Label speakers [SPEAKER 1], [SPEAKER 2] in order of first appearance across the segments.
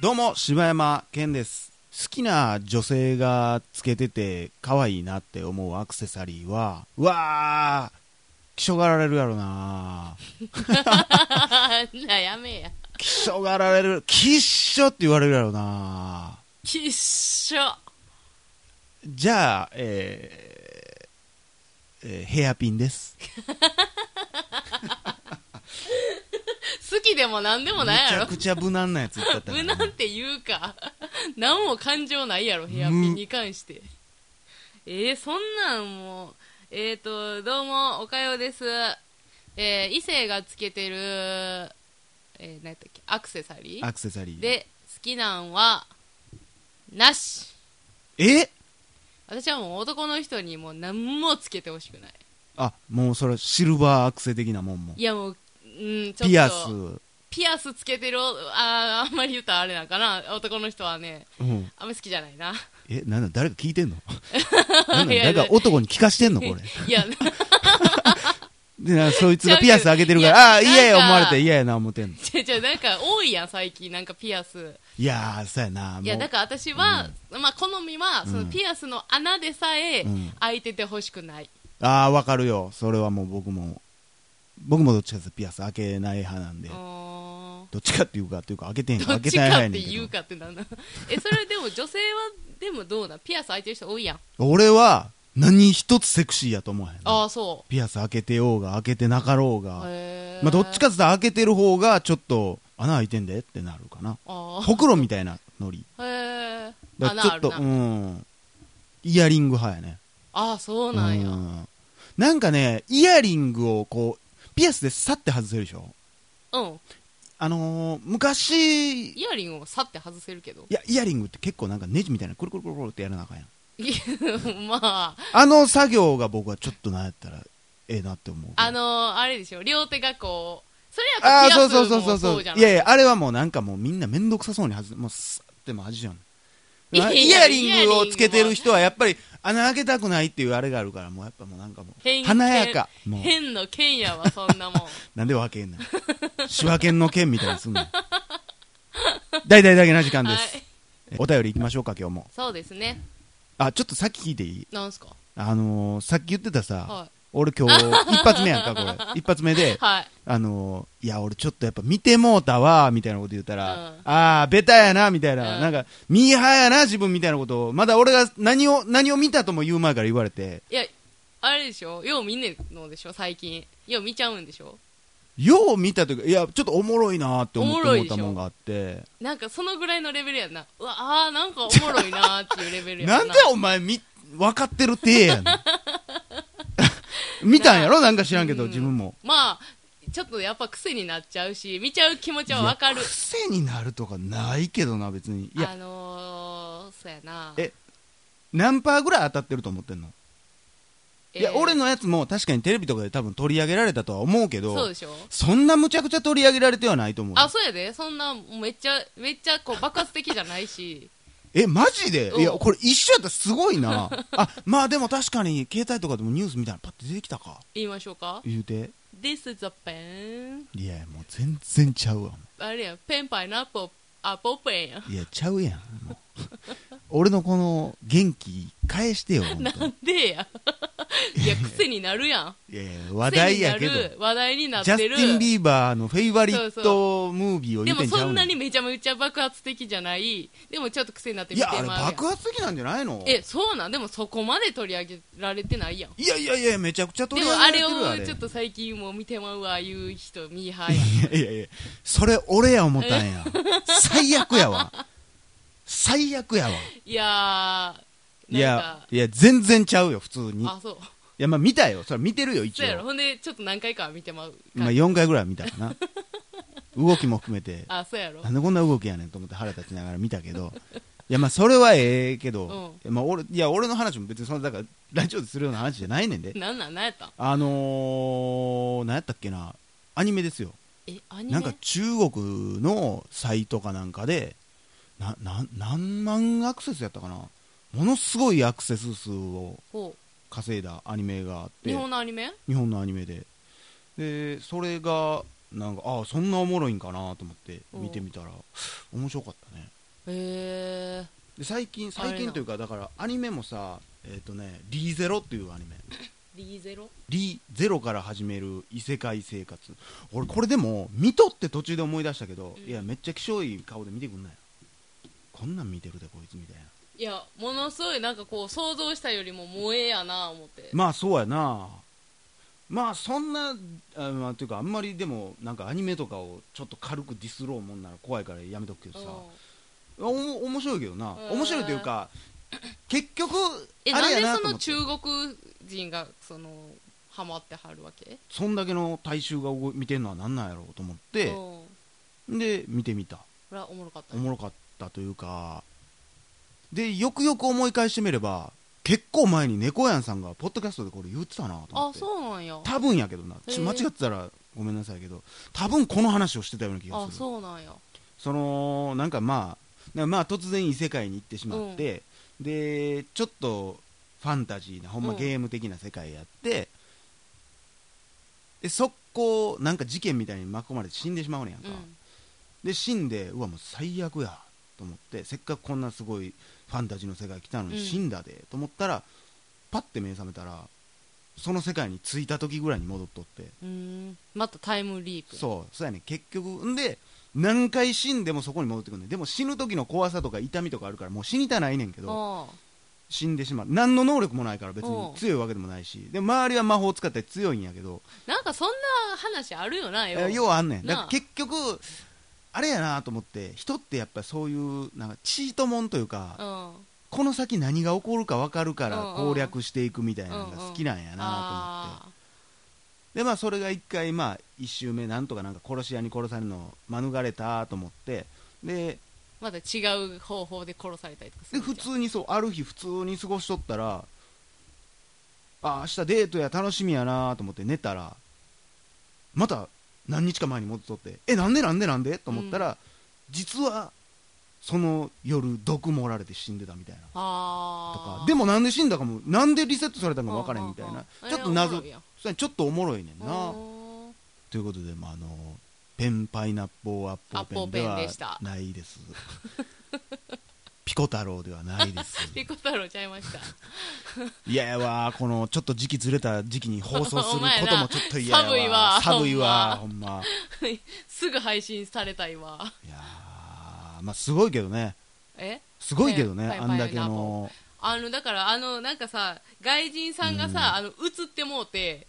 [SPEAKER 1] どうも、柴山健です。好きな女性がつけてて可愛いなって思うアクセサリーは、うわー、気性がられるやろな
[SPEAKER 2] なやめや。
[SPEAKER 1] 気性がられる、きっしょって言われるやろな
[SPEAKER 2] きっしょ。
[SPEAKER 1] じゃあ、えーえーヘアピンです。
[SPEAKER 2] 好きでも何でも
[SPEAKER 1] め
[SPEAKER 2] ない
[SPEAKER 1] ち
[SPEAKER 2] や
[SPEAKER 1] ゃ
[SPEAKER 2] ろ。
[SPEAKER 1] くちゃ無難なやつ言ったった
[SPEAKER 2] 無
[SPEAKER 1] な
[SPEAKER 2] 難って言うか。 何も感情ないやろ、ヘアピンに関して。えー、そんなんもう。えーと、どうも、おかようです。えー、異性がつけてる、えー、何やったっけ、アクセサリー
[SPEAKER 1] アクセサリー。
[SPEAKER 2] で、好きなんは、なし。
[SPEAKER 1] え
[SPEAKER 2] 私はもう男の人にもう何もつけてほしくない。
[SPEAKER 1] あ、もうそれシルバーアクセ的なもんも
[SPEAKER 2] い。やもう、うん、ちょっと。
[SPEAKER 1] ピアス。
[SPEAKER 2] ピアスつけてるおあーあんまり言うたらあれなんかな男の人はね
[SPEAKER 1] うん。
[SPEAKER 2] あんまり好きじゃないな
[SPEAKER 1] え、なんだ、誰か聞いて んのなんだ、
[SPEAKER 2] いや
[SPEAKER 1] 誰か男に聞かしてんのこ れ。
[SPEAKER 2] いや
[SPEAKER 1] で、なんかそいつがピアスあげてるから、ああー、
[SPEAKER 2] いや
[SPEAKER 1] 嫌や
[SPEAKER 2] なん
[SPEAKER 1] 思
[SPEAKER 2] か
[SPEAKER 1] われて嫌やな思ってんの。
[SPEAKER 2] じゃじゃなんか多いやん最近なんかピアス
[SPEAKER 1] いやー、そうやな。もう
[SPEAKER 2] いやだから私は、まあ好みはそのピアスの穴でさえ
[SPEAKER 1] うん
[SPEAKER 2] 開いててほしくない、
[SPEAKER 1] ああ、わかるよ。それはもう僕も、僕もどっちかっていうとピアス開けない派なんで
[SPEAKER 2] う、ーん
[SPEAKER 1] どっちかっていうか、っていうか開けてん
[SPEAKER 2] ど
[SPEAKER 1] 開
[SPEAKER 2] っ
[SPEAKER 1] け
[SPEAKER 2] ち
[SPEAKER 1] たい
[SPEAKER 2] か
[SPEAKER 1] 派
[SPEAKER 2] っ
[SPEAKER 1] やね
[SPEAKER 2] て
[SPEAKER 1] んけ
[SPEAKER 2] 言
[SPEAKER 1] ど
[SPEAKER 2] う。かってなんだえそれでも女性はでもどうなんピアス開いてる人多いやん
[SPEAKER 1] 俺は、何一つセクシーやと思わへんな。
[SPEAKER 2] ああそ
[SPEAKER 1] ピアス開けてようが、開けてなかろう
[SPEAKER 2] う
[SPEAKER 1] が。
[SPEAKER 2] へえ
[SPEAKER 1] まあ、どっちかっていうと開けてる方が、ちょっと、穴開いてんでってなるかな。
[SPEAKER 2] あ
[SPEAKER 1] ほくろみたいなノリ。
[SPEAKER 2] あへえ
[SPEAKER 1] だから
[SPEAKER 2] 穴
[SPEAKER 1] ちょ
[SPEAKER 2] あ
[SPEAKER 1] っ
[SPEAKER 2] る
[SPEAKER 1] と、
[SPEAKER 2] な、
[SPEAKER 1] うん。イヤリング派やね。
[SPEAKER 2] ああそうなんや、
[SPEAKER 1] うんなんかね、イヤリングをこう、ピアスでさって外せるでしょ
[SPEAKER 2] うん、
[SPEAKER 1] あのー、昔、い
[SPEAKER 2] イヤリングもさって外せるけど
[SPEAKER 1] や、イヤリングって結構なんかネジみたいな、くるくるくるくるってやらなあかんやん。
[SPEAKER 2] いやまあ、
[SPEAKER 1] あの作業が僕はちょっとなんやったら、ええなって思う。
[SPEAKER 2] あのあれでしょ、両手がこう、それや
[SPEAKER 1] あー、
[SPEAKER 2] った
[SPEAKER 1] そ
[SPEAKER 2] ら
[SPEAKER 1] う
[SPEAKER 2] ピア
[SPEAKER 1] そう
[SPEAKER 2] ス
[SPEAKER 1] そうそ
[SPEAKER 2] も
[SPEAKER 1] う
[SPEAKER 2] そ
[SPEAKER 1] そうう。
[SPEAKER 2] じゃ
[SPEAKER 1] い
[SPEAKER 2] ない
[SPEAKER 1] やいや、あれはもうなんかもうみんなめんどくさそうに外す、もうさってもう恥じゃん。
[SPEAKER 2] いやいや
[SPEAKER 1] イヤリングをつけてる人はやっぱり穴開けたくないっていうあれがあるから、もうやっぱもうなんかもう、
[SPEAKER 2] 偏
[SPEAKER 1] 華やか。もう、
[SPEAKER 2] 変の剣やわ、そんなもん。
[SPEAKER 1] なんで分けんねん。仕分けんの件みたいにすんねん。大々だけな時間で
[SPEAKER 2] は
[SPEAKER 1] す
[SPEAKER 2] い。、
[SPEAKER 1] お便り行きましょうか、今日も。
[SPEAKER 2] そうですね。
[SPEAKER 1] あ、ちょっとさっき聞いていい
[SPEAKER 2] なんすか
[SPEAKER 1] あのー、さっき言ってたさ、
[SPEAKER 2] は
[SPEAKER 1] 俺今日、一発目やん か、これ。一発目
[SPEAKER 2] い。
[SPEAKER 1] で、
[SPEAKER 2] はい。
[SPEAKER 1] あのー、いや、俺ちょっとやっぱ見てもうたわ、みたいなこと言ったら、
[SPEAKER 2] うん
[SPEAKER 1] あー、ベタやな、みたいな、
[SPEAKER 2] うん
[SPEAKER 1] なんか、ミーハーやな、自分みたいなことを、まだ俺が何を、何を見たとも言う前から言われて、
[SPEAKER 2] いや、あれでしょ、よう見んねんのでしょ、最近。よう見ちゃうんでしょ。
[SPEAKER 1] よう見たというか、いや、ちょっとおもろいなーって思って
[SPEAKER 2] おもろ
[SPEAKER 1] 思
[SPEAKER 2] い
[SPEAKER 1] っ
[SPEAKER 2] でしたょ
[SPEAKER 1] もんがあって、
[SPEAKER 2] なんかそのぐらいのレベルやんな。うわ、あー、なんかおもろいなーっていうレベルやんな。
[SPEAKER 1] なんでお前み、分かってる体やねん。 見たんやろなんか知らんけど、
[SPEAKER 2] うん
[SPEAKER 1] 自分も。
[SPEAKER 2] まあ、ちょっとやっぱ癖になっちゃうし、見ちゃう気持ちはわか
[SPEAKER 1] い
[SPEAKER 2] る
[SPEAKER 1] や。癖になるとかないけどな、別に。いや、
[SPEAKER 2] あのー、そうやな。
[SPEAKER 1] え何パーぐらい当たってると思ってんの、いや、
[SPEAKER 2] えー
[SPEAKER 1] 俺のやつも確かにテレビとかで多分取り上げられたとは思うけど、
[SPEAKER 2] そうでしょ
[SPEAKER 1] そんなむちゃくちゃ取り上げられてはないと思う。
[SPEAKER 2] あ、そうやで。そんな、めっちゃ、めっちゃ、こう、爆発的じゃないし。
[SPEAKER 1] え、マジで
[SPEAKER 2] うん
[SPEAKER 1] いや、これ一緒やったらすごいな。あ、まあでも確かに携帯とかでもニュースみたいなパッて出てきたか。
[SPEAKER 2] 言いましょうか。
[SPEAKER 1] 言うて。
[SPEAKER 2] This is a pen.
[SPEAKER 1] いや、もう全然ちゃうわ。
[SPEAKER 2] あれやん。ペンパイナップル、アポペンやん。
[SPEAKER 1] いや、ちゃうやん。もう俺のこの元気返してよ、本当
[SPEAKER 2] なんで や。いや、癖になるやん。
[SPEAKER 1] いやいや話題やけど
[SPEAKER 2] 癖に。なる話題になっ
[SPEAKER 1] ジャス
[SPEAKER 2] てる。
[SPEAKER 1] ティン・ビーバーのフェイバリッ
[SPEAKER 2] そう
[SPEAKER 1] トムービーを
[SPEAKER 2] で
[SPEAKER 1] 言う
[SPEAKER 2] も
[SPEAKER 1] てんちゃ
[SPEAKER 2] そ
[SPEAKER 1] うんね
[SPEAKER 2] なんにめちゃめちゃ爆発的じゃない。でもちょっと癖になって
[SPEAKER 1] い
[SPEAKER 2] 見て
[SPEAKER 1] や、
[SPEAKER 2] まう
[SPEAKER 1] あ
[SPEAKER 2] やん。
[SPEAKER 1] れ爆発的なんじゃないの
[SPEAKER 2] え、そうなんでもそこまで取り上げられてないやん。
[SPEAKER 1] いやいやいや、めちゃくちゃ取
[SPEAKER 2] で
[SPEAKER 1] り
[SPEAKER 2] も
[SPEAKER 1] 上げられ
[SPEAKER 2] あ
[SPEAKER 1] て
[SPEAKER 2] れ
[SPEAKER 1] る
[SPEAKER 2] を
[SPEAKER 1] あれ
[SPEAKER 2] ちょっと最近もう見てまうわ、いう人、ミーハーや
[SPEAKER 1] い
[SPEAKER 2] ん。
[SPEAKER 1] やいやいや、それ俺や思ったんや。最悪やわ。最悪やわ。
[SPEAKER 2] いや
[SPEAKER 1] い
[SPEAKER 2] ー、なん
[SPEAKER 1] や
[SPEAKER 2] か、、
[SPEAKER 1] いや、全然ちゃうよ、普通に。い
[SPEAKER 2] あ、そう。
[SPEAKER 1] や、まあ見たよ。それ見てるよ、一
[SPEAKER 2] そうやろ。
[SPEAKER 1] 応。
[SPEAKER 2] ほんで、ちょっと何回かは見てまうか。
[SPEAKER 1] まあ4回ぐらいは見た かな。動きも含めて。
[SPEAKER 2] あ、そうやろ
[SPEAKER 1] な。んでこんな動きやねんと思って腹立ちながら見たけど、いやまあそれはええけど、まあ、俺いや俺の話も別にそんなだからラジオでするような話じゃないねんで、
[SPEAKER 2] なんなん、なんやったん
[SPEAKER 1] あのー、なんやったっけな、アニメですよ、
[SPEAKER 2] え、アニメ
[SPEAKER 1] なんか中国のサイトかなんかで、ななん何万アクセスやったかな、ものすごいアクセス数を
[SPEAKER 2] ほ
[SPEAKER 1] 稼いだアニメがあっ
[SPEAKER 2] う
[SPEAKER 1] て、
[SPEAKER 2] 日本のアニメ
[SPEAKER 1] 日本のアニメで。でそれがなんかああそんなおもろいんかなと思って見てみたら面白かったね
[SPEAKER 2] え
[SPEAKER 1] で最近
[SPEAKER 2] あれな
[SPEAKER 1] 最近というかだからアニメもさえっ、とね「リーゼロ」っていうアニメ
[SPEAKER 2] ー、D0?
[SPEAKER 1] リゼロから始める異世界生活俺これでも見とって途中で思い出したけど、
[SPEAKER 2] うん
[SPEAKER 1] いやめっちゃ気性いい顔で見てくんなよこんなん見てるでこいつみたいない
[SPEAKER 2] やものすごいなんかこう想像したよりも萌えやな思って、
[SPEAKER 1] まあそうやなまあそんなあまあていうかあんまりでもなんかアニメとかをちょっと軽くディスろうもんなら怖いからやめとくけどさおも面白いけどな
[SPEAKER 2] うん
[SPEAKER 1] 面白いというか結局
[SPEAKER 2] え
[SPEAKER 1] あ
[SPEAKER 2] なん
[SPEAKER 1] れや
[SPEAKER 2] で
[SPEAKER 1] な
[SPEAKER 2] そ
[SPEAKER 1] と思
[SPEAKER 2] の
[SPEAKER 1] って
[SPEAKER 2] 中国人がそのハマってはるわけ
[SPEAKER 1] そんだけの大衆が動い見てんのはなんなんやろうと思っ
[SPEAKER 2] うん
[SPEAKER 1] てで見てみた
[SPEAKER 2] これはおもろかった
[SPEAKER 1] おもろかったというかでよくよく思い返してみれば結構前に猫やんさんがポッドキャストでこれ言ってたなと思
[SPEAKER 2] あ
[SPEAKER 1] って
[SPEAKER 2] そうなんや
[SPEAKER 1] 多分やけどな
[SPEAKER 2] へ
[SPEAKER 1] ち
[SPEAKER 2] え
[SPEAKER 1] 間違ってたらごめんなさいけど多分この話をしてたような気が
[SPEAKER 2] あ
[SPEAKER 1] する
[SPEAKER 2] そうなんや
[SPEAKER 1] そのなんかまあなんかまあ突然異世界に行ってしまって、でちょっとファンタジーなほんま
[SPEAKER 2] うん
[SPEAKER 1] ゲーム的な世界やって、で速攻なんか事件みたいに巻き込まれて死んでしまうねやんか、
[SPEAKER 2] うん
[SPEAKER 1] で死んでうわもう最悪やと思ってせっかくこんなすごいファンタジーの世界来たのに
[SPEAKER 2] うん
[SPEAKER 1] 死んだで、と思ったらパッて目覚めたらその世界に着いた時ぐらいに戻っとって
[SPEAKER 2] うーんまたタイムリープ
[SPEAKER 1] そうそうやね結局んで何回死んでもそこに戻ってくんねんでも死ぬ時の怖さとか痛みとかあるからもう死にたないねんけど
[SPEAKER 2] あ
[SPEAKER 1] 死んでしまう何の能力もないから別
[SPEAKER 2] う
[SPEAKER 1] に
[SPEAKER 2] ん
[SPEAKER 1] 強いわけでもないしで周りは魔法を使って強いんやけど
[SPEAKER 2] ーなんかそんな話あるよな
[SPEAKER 1] えー
[SPEAKER 2] よ
[SPEAKER 1] 要
[SPEAKER 2] う
[SPEAKER 1] はあんねん
[SPEAKER 2] な
[SPEAKER 1] だ
[SPEAKER 2] あ
[SPEAKER 1] から結局あれやなと思って人ってやっぱそういうなんかチートもんというか、
[SPEAKER 2] うん
[SPEAKER 1] この先何が起こるか分かるか
[SPEAKER 2] うんう
[SPEAKER 1] ら
[SPEAKER 2] ん
[SPEAKER 1] 攻略していくみたいなのが好きなんやなと思って、
[SPEAKER 2] あ
[SPEAKER 1] でまあそれが一回まあ一周目なんとかなんか殺し屋に殺されるのを免れたと思ってで
[SPEAKER 2] ーまた違う方法で殺されたりとかす
[SPEAKER 1] で
[SPEAKER 2] るじゃ
[SPEAKER 1] 普
[SPEAKER 2] ん
[SPEAKER 1] 通にそうある日普通に過ごしとったらあ明日デートや楽しみやなと思って寝たらまた何日か前に戻っとってえなんでなんでなんでと思ったら、実はその夜毒盛られて死んでたみたいなと
[SPEAKER 2] あ
[SPEAKER 1] か
[SPEAKER 2] あ
[SPEAKER 1] でもなんで死んだかもなんでリセットされたんかも分からへんみたいなちょっと謎
[SPEAKER 2] あーあーあーえーおもろいやん
[SPEAKER 1] それちょっとおもろいねんな
[SPEAKER 2] うーん
[SPEAKER 1] ということで、まあ、あのペンパイナッポーアッポーペ
[SPEAKER 2] アッ
[SPEAKER 1] ン
[SPEAKER 2] ポーペ
[SPEAKER 1] で
[SPEAKER 2] ン
[SPEAKER 1] は
[SPEAKER 2] でした
[SPEAKER 1] ないです ピコ太郎ではないです
[SPEAKER 2] ピコ太郎ちゃいました
[SPEAKER 1] いややわこのちょっと時期ずれた時期に放送する
[SPEAKER 2] お前
[SPEAKER 1] こ
[SPEAKER 2] な
[SPEAKER 1] ともちょっと嫌 やわ
[SPEAKER 2] 寒いわ
[SPEAKER 1] 寒いわほ
[SPEAKER 2] ほ
[SPEAKER 1] んま
[SPEAKER 2] すぐ配信されたいわ
[SPEAKER 1] いやーまあすごいけどね
[SPEAKER 2] え
[SPEAKER 1] すごいけどね、
[SPEAKER 2] ペン
[SPEAKER 1] あんだけ
[SPEAKER 2] ペンパイナッポ
[SPEAKER 1] の
[SPEAKER 2] あのだからあのなんかさ外人さんがさ、あの映ってもうて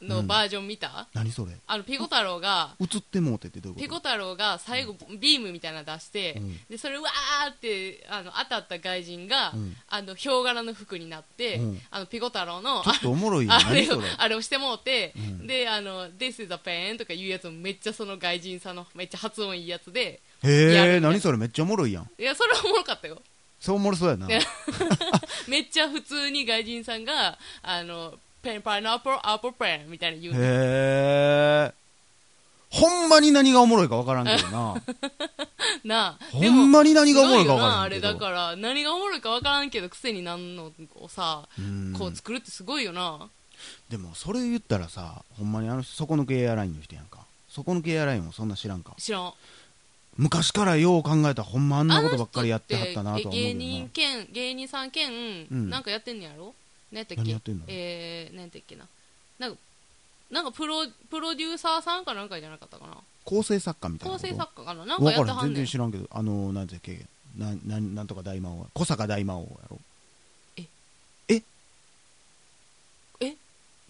[SPEAKER 2] のバージョン見た、
[SPEAKER 1] 何それ
[SPEAKER 2] あのピコ太郎が
[SPEAKER 1] 映ってもうてってどうい
[SPEAKER 2] ピ
[SPEAKER 1] う
[SPEAKER 2] コ
[SPEAKER 1] こ
[SPEAKER 2] 太郎が最後ビームみたいなの出して、
[SPEAKER 1] うん
[SPEAKER 2] でそれわーってあの当たった外人が、
[SPEAKER 1] うん
[SPEAKER 2] あのヒョウ柄の服になって、
[SPEAKER 1] うん
[SPEAKER 2] あのピコ太郎の
[SPEAKER 1] とちょっとおもろいよ
[SPEAKER 2] あ
[SPEAKER 1] 何
[SPEAKER 2] れ
[SPEAKER 1] そ
[SPEAKER 2] を
[SPEAKER 1] れ
[SPEAKER 2] あれをしてもうて、
[SPEAKER 1] うん
[SPEAKER 2] であの「This is a pen」とか言うやつもめっちゃその外人さんのめっちゃ発音いいやつでやる
[SPEAKER 1] へえ
[SPEAKER 2] みたいな
[SPEAKER 1] 何それめっちゃおもろいやん
[SPEAKER 2] いやそれはおもろかったよ
[SPEAKER 1] そうおもろそうやな
[SPEAKER 2] ね めっちゃ普通に外人さんがあのペンパイナップルアップルペンみたいな言うの
[SPEAKER 1] へえほんまに何がおもろいか分からんけど な
[SPEAKER 2] なあ
[SPEAKER 1] ほんまに何がおもろいか分
[SPEAKER 2] すごよな
[SPEAKER 1] から
[SPEAKER 2] あ
[SPEAKER 1] んけ
[SPEAKER 2] れ
[SPEAKER 1] ど
[SPEAKER 2] だから何がおもろいか分からんけど癖になんのをさ
[SPEAKER 1] うん
[SPEAKER 2] こう作るってすごいよな
[SPEAKER 1] でもそれ言ったらさほんまにあの人底抜けエアラインの人やんか底抜けエアラインもそんな知らんか
[SPEAKER 2] 知らん
[SPEAKER 1] 昔からよう考えたらほんまあんな
[SPEAKER 2] あ
[SPEAKER 1] こ
[SPEAKER 2] の
[SPEAKER 1] と
[SPEAKER 2] 人
[SPEAKER 1] ばっかりやってはったなとは思うけど
[SPEAKER 2] え芸人
[SPEAKER 1] な
[SPEAKER 2] 兼芸人さん兼、
[SPEAKER 1] ん
[SPEAKER 2] なんかやってんねやろ何やったっけ
[SPEAKER 1] 何やってんの
[SPEAKER 2] えー、何やったっけななんかなんかプロプロデューサーさんかなんかじゃなかったかな
[SPEAKER 1] 構成作家みたいな
[SPEAKER 2] 構
[SPEAKER 1] こと
[SPEAKER 2] 成作家かななんか
[SPEAKER 1] 分
[SPEAKER 2] や
[SPEAKER 1] か
[SPEAKER 2] って
[SPEAKER 1] らん
[SPEAKER 2] はん
[SPEAKER 1] 全
[SPEAKER 2] ねん
[SPEAKER 1] 然知らんけどあのなんてっけななんなんとか大魔王や小坂大魔王やろ
[SPEAKER 2] え
[SPEAKER 1] え
[SPEAKER 2] え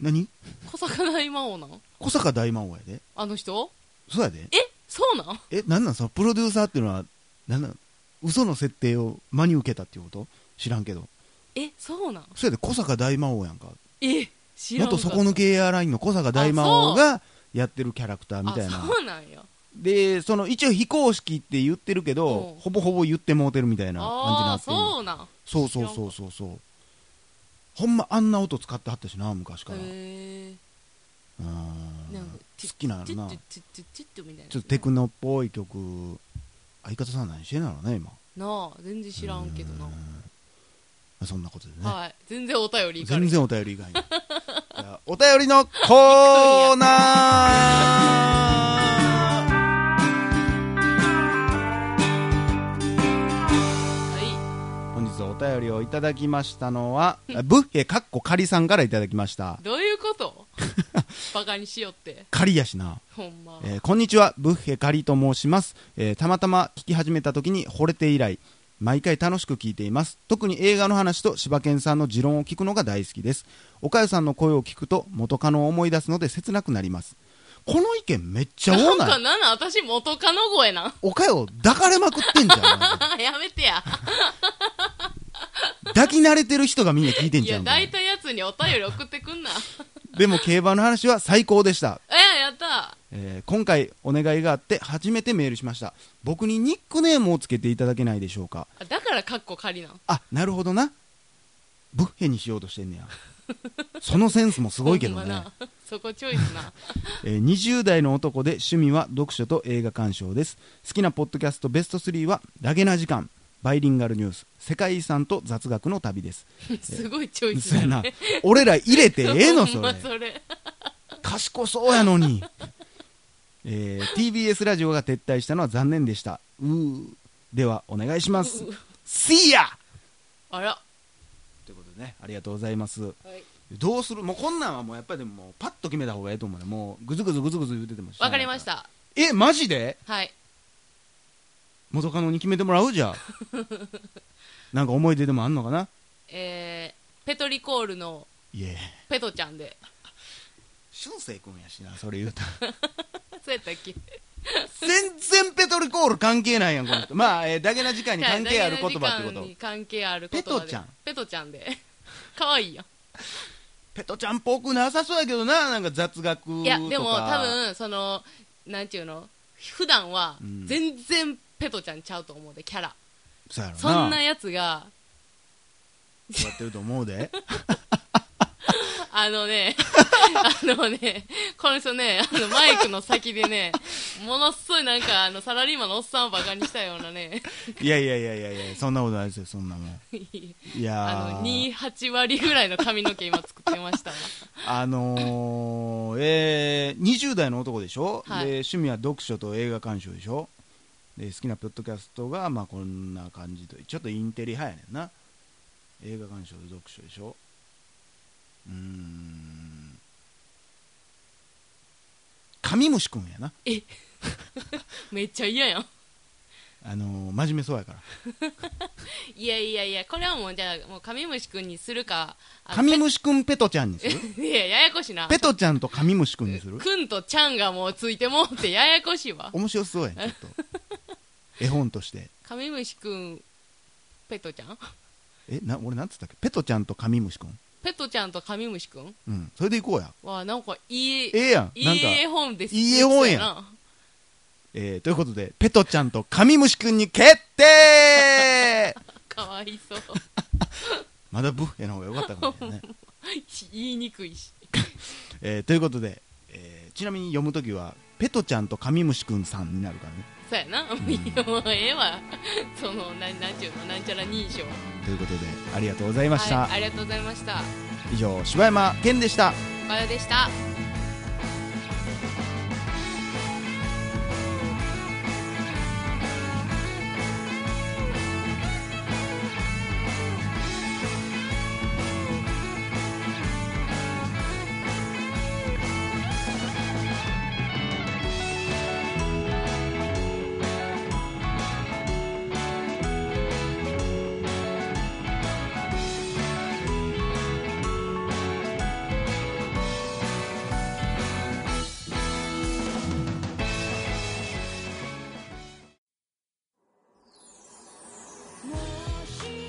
[SPEAKER 1] 何
[SPEAKER 2] 小坂大魔王なん
[SPEAKER 1] 小坂大魔王やで
[SPEAKER 2] あの人
[SPEAKER 1] そうやで
[SPEAKER 2] えそうなん
[SPEAKER 1] え、なんなんそのプロデューサーっていうのは、なんなん嘘の設定を真に受けたっていうこと知らんけど。
[SPEAKER 2] えそうなん
[SPEAKER 1] それで小坂大魔王やんか。
[SPEAKER 2] え知らんか
[SPEAKER 1] 元
[SPEAKER 2] った
[SPEAKER 1] 底抜けエアラインの小坂大魔王がやってるキャラクターみたい
[SPEAKER 2] あ
[SPEAKER 1] な。
[SPEAKER 2] そうなんや
[SPEAKER 1] で、その一応非公式って言ってるけど
[SPEAKER 2] うん、
[SPEAKER 1] ほぼほぼ言ってもうてるみたいな感じにな
[SPEAKER 2] ああー
[SPEAKER 1] ってるの
[SPEAKER 2] そうなん
[SPEAKER 1] そうそうそうそうそう。ほんまあんな音使ってはったしな、昔から。う
[SPEAKER 2] へえ
[SPEAKER 1] ーん
[SPEAKER 2] なんか
[SPEAKER 1] 好きなの
[SPEAKER 2] チュッ
[SPEAKER 1] な。
[SPEAKER 2] チュッ
[SPEAKER 1] ち
[SPEAKER 2] チュッチュッチュッチュッみたいな
[SPEAKER 1] ょっとテクノっぽい曲、相方さん何してんだろうね、今。
[SPEAKER 2] なあ全然知らんけどな
[SPEAKER 1] まあそんなことでね。
[SPEAKER 2] はい全然お便りいかれ
[SPEAKER 1] 全
[SPEAKER 2] へん
[SPEAKER 1] 然お便り 以外にじゃあお便りのコーナーただきましたのは、あブッヘかっこかりさんからいただきました。
[SPEAKER 2] どういうこと バカにしよって
[SPEAKER 1] かりやしな。
[SPEAKER 2] ほんま、
[SPEAKER 1] えーこんにちは、ブッヘカリと申します、えーたまたま聞き始めた時に惚れて以来、毎回楽しく聞いています。特に映画の話と柴犬さんの持論を聞くのが大好きです。岡谷さんの声を聞くと元カノを思い出すので切なくなります。この意見めっちゃ
[SPEAKER 2] な
[SPEAKER 1] 多
[SPEAKER 2] んか
[SPEAKER 1] ない。
[SPEAKER 2] なんなん私元カノ声なん
[SPEAKER 1] 岡谷抱かれまくってんじゃん。
[SPEAKER 2] やめてや
[SPEAKER 1] 抱き慣れてる人がみんな聞いてん
[SPEAKER 2] い
[SPEAKER 1] じゃ
[SPEAKER 2] や
[SPEAKER 1] ん。
[SPEAKER 2] 大体やつにお便り送ってく んな
[SPEAKER 1] でも競馬の話は最高でした。
[SPEAKER 2] えやった
[SPEAKER 1] えー今回お願いがあって初めてメールしました。僕にニックネームをつけていただけないでしょうか。
[SPEAKER 2] あだからカッコ仮なん
[SPEAKER 1] あなるほどなブッヘにしようとしてんねや そのセンスもすごいけど
[SPEAKER 2] ほんま
[SPEAKER 1] ね
[SPEAKER 2] な、そこチョイス な
[SPEAKER 1] えー20代の男で趣味は読書と映画鑑賞です好きなポッドキャストベスト3は「ラゲな時間」バイリンガルニュース世界遺産と雑学の旅です
[SPEAKER 2] すごいチョイス
[SPEAKER 1] そや
[SPEAKER 2] だ
[SPEAKER 1] な
[SPEAKER 2] ね
[SPEAKER 1] 俺ら入れてええの
[SPEAKER 2] ほ
[SPEAKER 1] そ
[SPEAKER 2] んま
[SPEAKER 1] れ
[SPEAKER 2] それ
[SPEAKER 1] 賢そうやのに、えー TBS ラジオが撤退したのは残念でしたうーではお願いします
[SPEAKER 2] うー
[SPEAKER 1] See ya!
[SPEAKER 2] あら、
[SPEAKER 1] ということでねありがとうございます
[SPEAKER 2] はい
[SPEAKER 1] どうするもうこんなんはもうやっぱりでももうパッと決めた方がいいと思うねもうグズグズグズグズ言うててもしない
[SPEAKER 2] わかりました
[SPEAKER 1] えマジで
[SPEAKER 2] はい
[SPEAKER 1] 元カノに決めてもらうじゃ あなんか思い出でもあんのかな
[SPEAKER 2] えー、ペトリコールの
[SPEAKER 1] いえ
[SPEAKER 2] ペトちゃんで
[SPEAKER 1] 俊く君やしなそれ言うたら
[SPEAKER 2] そうやったっけ
[SPEAKER 1] 全然ペトルコール関係ないやんこの人まあ、えー、だけな時間に関係ある言葉ってこ
[SPEAKER 2] ダイヤの時間
[SPEAKER 1] と
[SPEAKER 2] に関係ある言葉
[SPEAKER 1] ペ
[SPEAKER 2] で
[SPEAKER 1] トちゃん
[SPEAKER 2] ペトちゃんで可愛いやん
[SPEAKER 1] ペトちゃんっぽくなさそうやけどななんか雑学とか
[SPEAKER 2] いやでも多分そのなんていうの普段は
[SPEAKER 1] うん
[SPEAKER 2] 全然ペトちゃんちゃうと思うでキャラ
[SPEAKER 1] そうやろな
[SPEAKER 2] そんなやつが
[SPEAKER 1] やってると思うで
[SPEAKER 2] あ のねあのねこの人ねあのマイクの先でねものすごいなんかあのサラリーマンのおっさんをバカにしたようなね
[SPEAKER 1] いやいやいやいやいやそんなことないですよそんなもんいやー
[SPEAKER 2] あの28割ぐらいの髪の毛今作ってましたわ
[SPEAKER 1] あのー、えー、20代の男でしょ、
[SPEAKER 2] はい
[SPEAKER 1] で趣味は読書と映画鑑賞でしょで好きなポッドキャストが、まあ、こんな感じとちょっとインテリ派やねんな映画鑑賞と読書でしょうーんカミムシ君やな
[SPEAKER 2] めっちゃ嫌やん
[SPEAKER 1] あのー、真面目そうやから
[SPEAKER 2] いやいやいやこれはもうじゃあもうカミムシ君にするかあ
[SPEAKER 1] カ
[SPEAKER 2] の
[SPEAKER 1] ミムシ君ペトちゃんにする
[SPEAKER 2] いやややこしいな
[SPEAKER 1] ペトちゃんとカミムシ君にする
[SPEAKER 2] くんとちゃんがもうついてもうってややこしいわ
[SPEAKER 1] 面白そうやんちょっ と絵本として
[SPEAKER 2] カミムシくんペトちゃん
[SPEAKER 1] えな俺なんつったっけペトちゃんとカミムシ君
[SPEAKER 2] ペトちゃんとカミムシくん
[SPEAKER 1] うん、それでいこうや。
[SPEAKER 2] はなんかいい
[SPEAKER 1] ええやん。
[SPEAKER 2] い
[SPEAKER 1] なんか、
[SPEAKER 2] い絵本です
[SPEAKER 1] いい絵本やん
[SPEAKER 2] な
[SPEAKER 1] えーということで、ペトちゃんとカミムシくんに決 定
[SPEAKER 2] かわいそう
[SPEAKER 1] まだブッヘの方が良かったかもしれないね。
[SPEAKER 2] 言いにくいし
[SPEAKER 1] えーということで、えーちなみに読むときは、ペトちゃんとカミムシくんさんになるからね。
[SPEAKER 2] そうやな、いやもうええわそのななんちゅうのなんちゃら認証
[SPEAKER 1] ということで、ありがとうございました。
[SPEAKER 2] はい、ありがとうございました
[SPEAKER 1] 以上、柴山健でした。
[SPEAKER 2] おかよでした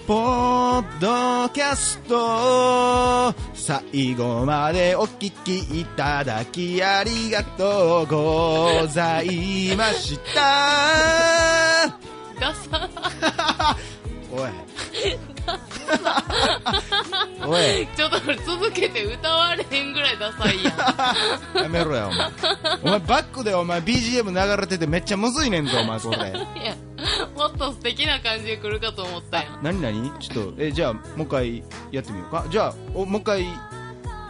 [SPEAKER 1] ポッドキャスト最後までお聞きいただきありがとうございました
[SPEAKER 2] ダサ
[SPEAKER 1] おいおい
[SPEAKER 2] ちょっとこれ続けて歌われへんぐらいダサいやん
[SPEAKER 1] やめろよお前お前バックでお前 BGM 流れててめっちゃむずいねんぞお前それ
[SPEAKER 2] いやもっと素敵な感じで来るかと思ったやん
[SPEAKER 1] 何何ちょっとえじゃあもう一回やってみようかじゃあおもう一回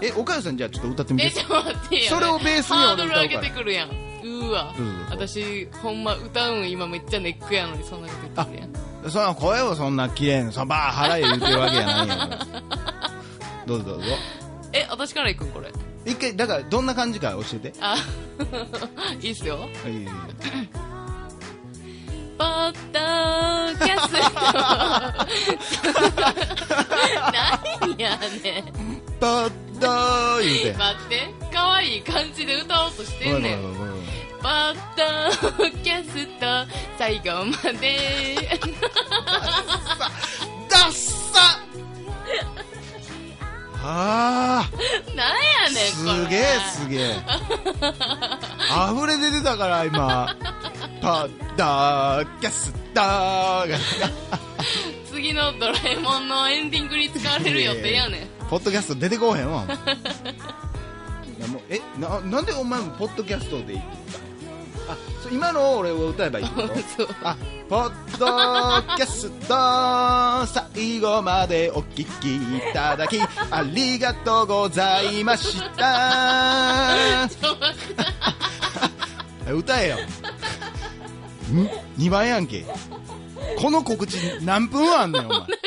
[SPEAKER 1] え岡谷さんじゃあちょっと歌ってみ
[SPEAKER 2] え
[SPEAKER 1] て
[SPEAKER 2] ちょっと待ってや
[SPEAKER 1] それをベースに
[SPEAKER 2] ハー
[SPEAKER 1] 俺歌
[SPEAKER 2] ド
[SPEAKER 1] う
[SPEAKER 2] ル
[SPEAKER 1] から
[SPEAKER 2] 上げてくるやんうーわ
[SPEAKER 1] どうぞどうぞ
[SPEAKER 2] 私ほんま歌うん今めっちゃネックやのにそんなこと言ってくるやん
[SPEAKER 1] その声をそんな綺麗なさばー腹へ言うてるわけやないんやからどうぞどうぞ
[SPEAKER 2] え私から行くんこれ
[SPEAKER 1] 一回だからどんな感じか教えて
[SPEAKER 2] あ いいっすよ
[SPEAKER 1] はいいい
[SPEAKER 2] ポッドキャ スト 何やねん
[SPEAKER 1] パッドー言うて
[SPEAKER 2] 待って可愛い感じで歌おうとしてんねん
[SPEAKER 1] ごめごめごめん
[SPEAKER 2] ポッドキャスト最後まで
[SPEAKER 1] ダッサあー
[SPEAKER 2] 何やねんこ
[SPEAKER 1] すげ
[SPEAKER 2] れ
[SPEAKER 1] えすげえ溢れ出てたから今パッダーキャスターが
[SPEAKER 2] 次の「ドラえもん」のエンディングに使われる予定やねん
[SPEAKER 1] ポッドキャスト出てこうへんわお前いやもうえななんでお前もポッドキャストでいいって言ったんあそう今のを俺を歌えばいいってこと
[SPEAKER 2] そう
[SPEAKER 1] あポッドキャスト最後までお聞きいただきありがとうございました
[SPEAKER 2] ちょっと待って
[SPEAKER 1] 歌えよ2番やんけこの告知何分あんねんお前
[SPEAKER 2] お腹痛い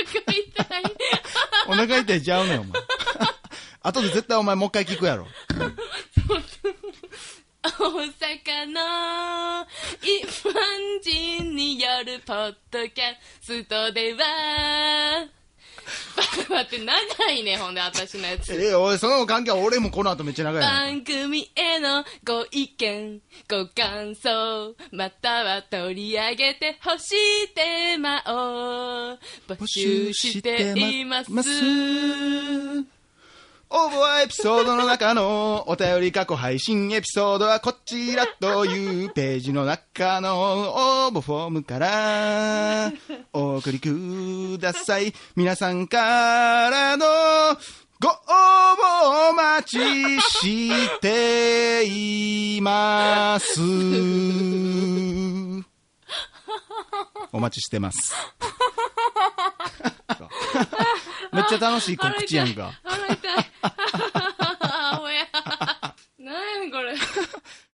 [SPEAKER 1] お腹痛いちゃうねんお前後で絶対お前もう一回聞くやろ
[SPEAKER 2] 大阪の一般人によるポッドキャストでは 待って待って長いねほんで私のやつ
[SPEAKER 1] えー、おい、その関係は俺もこの後めっちゃ長いやん。
[SPEAKER 2] 番組へのご意見ご感想または取り上げてほしいテーマを募集しています
[SPEAKER 1] 応募はエピソードの中のお便り過去配信エピソードはこちらというページの中の応募フォーム からお送りください。皆さんからのご応募お待ちしています。お待ちしてます。めっちゃ楽しい告知やんか。
[SPEAKER 2] 腹痛い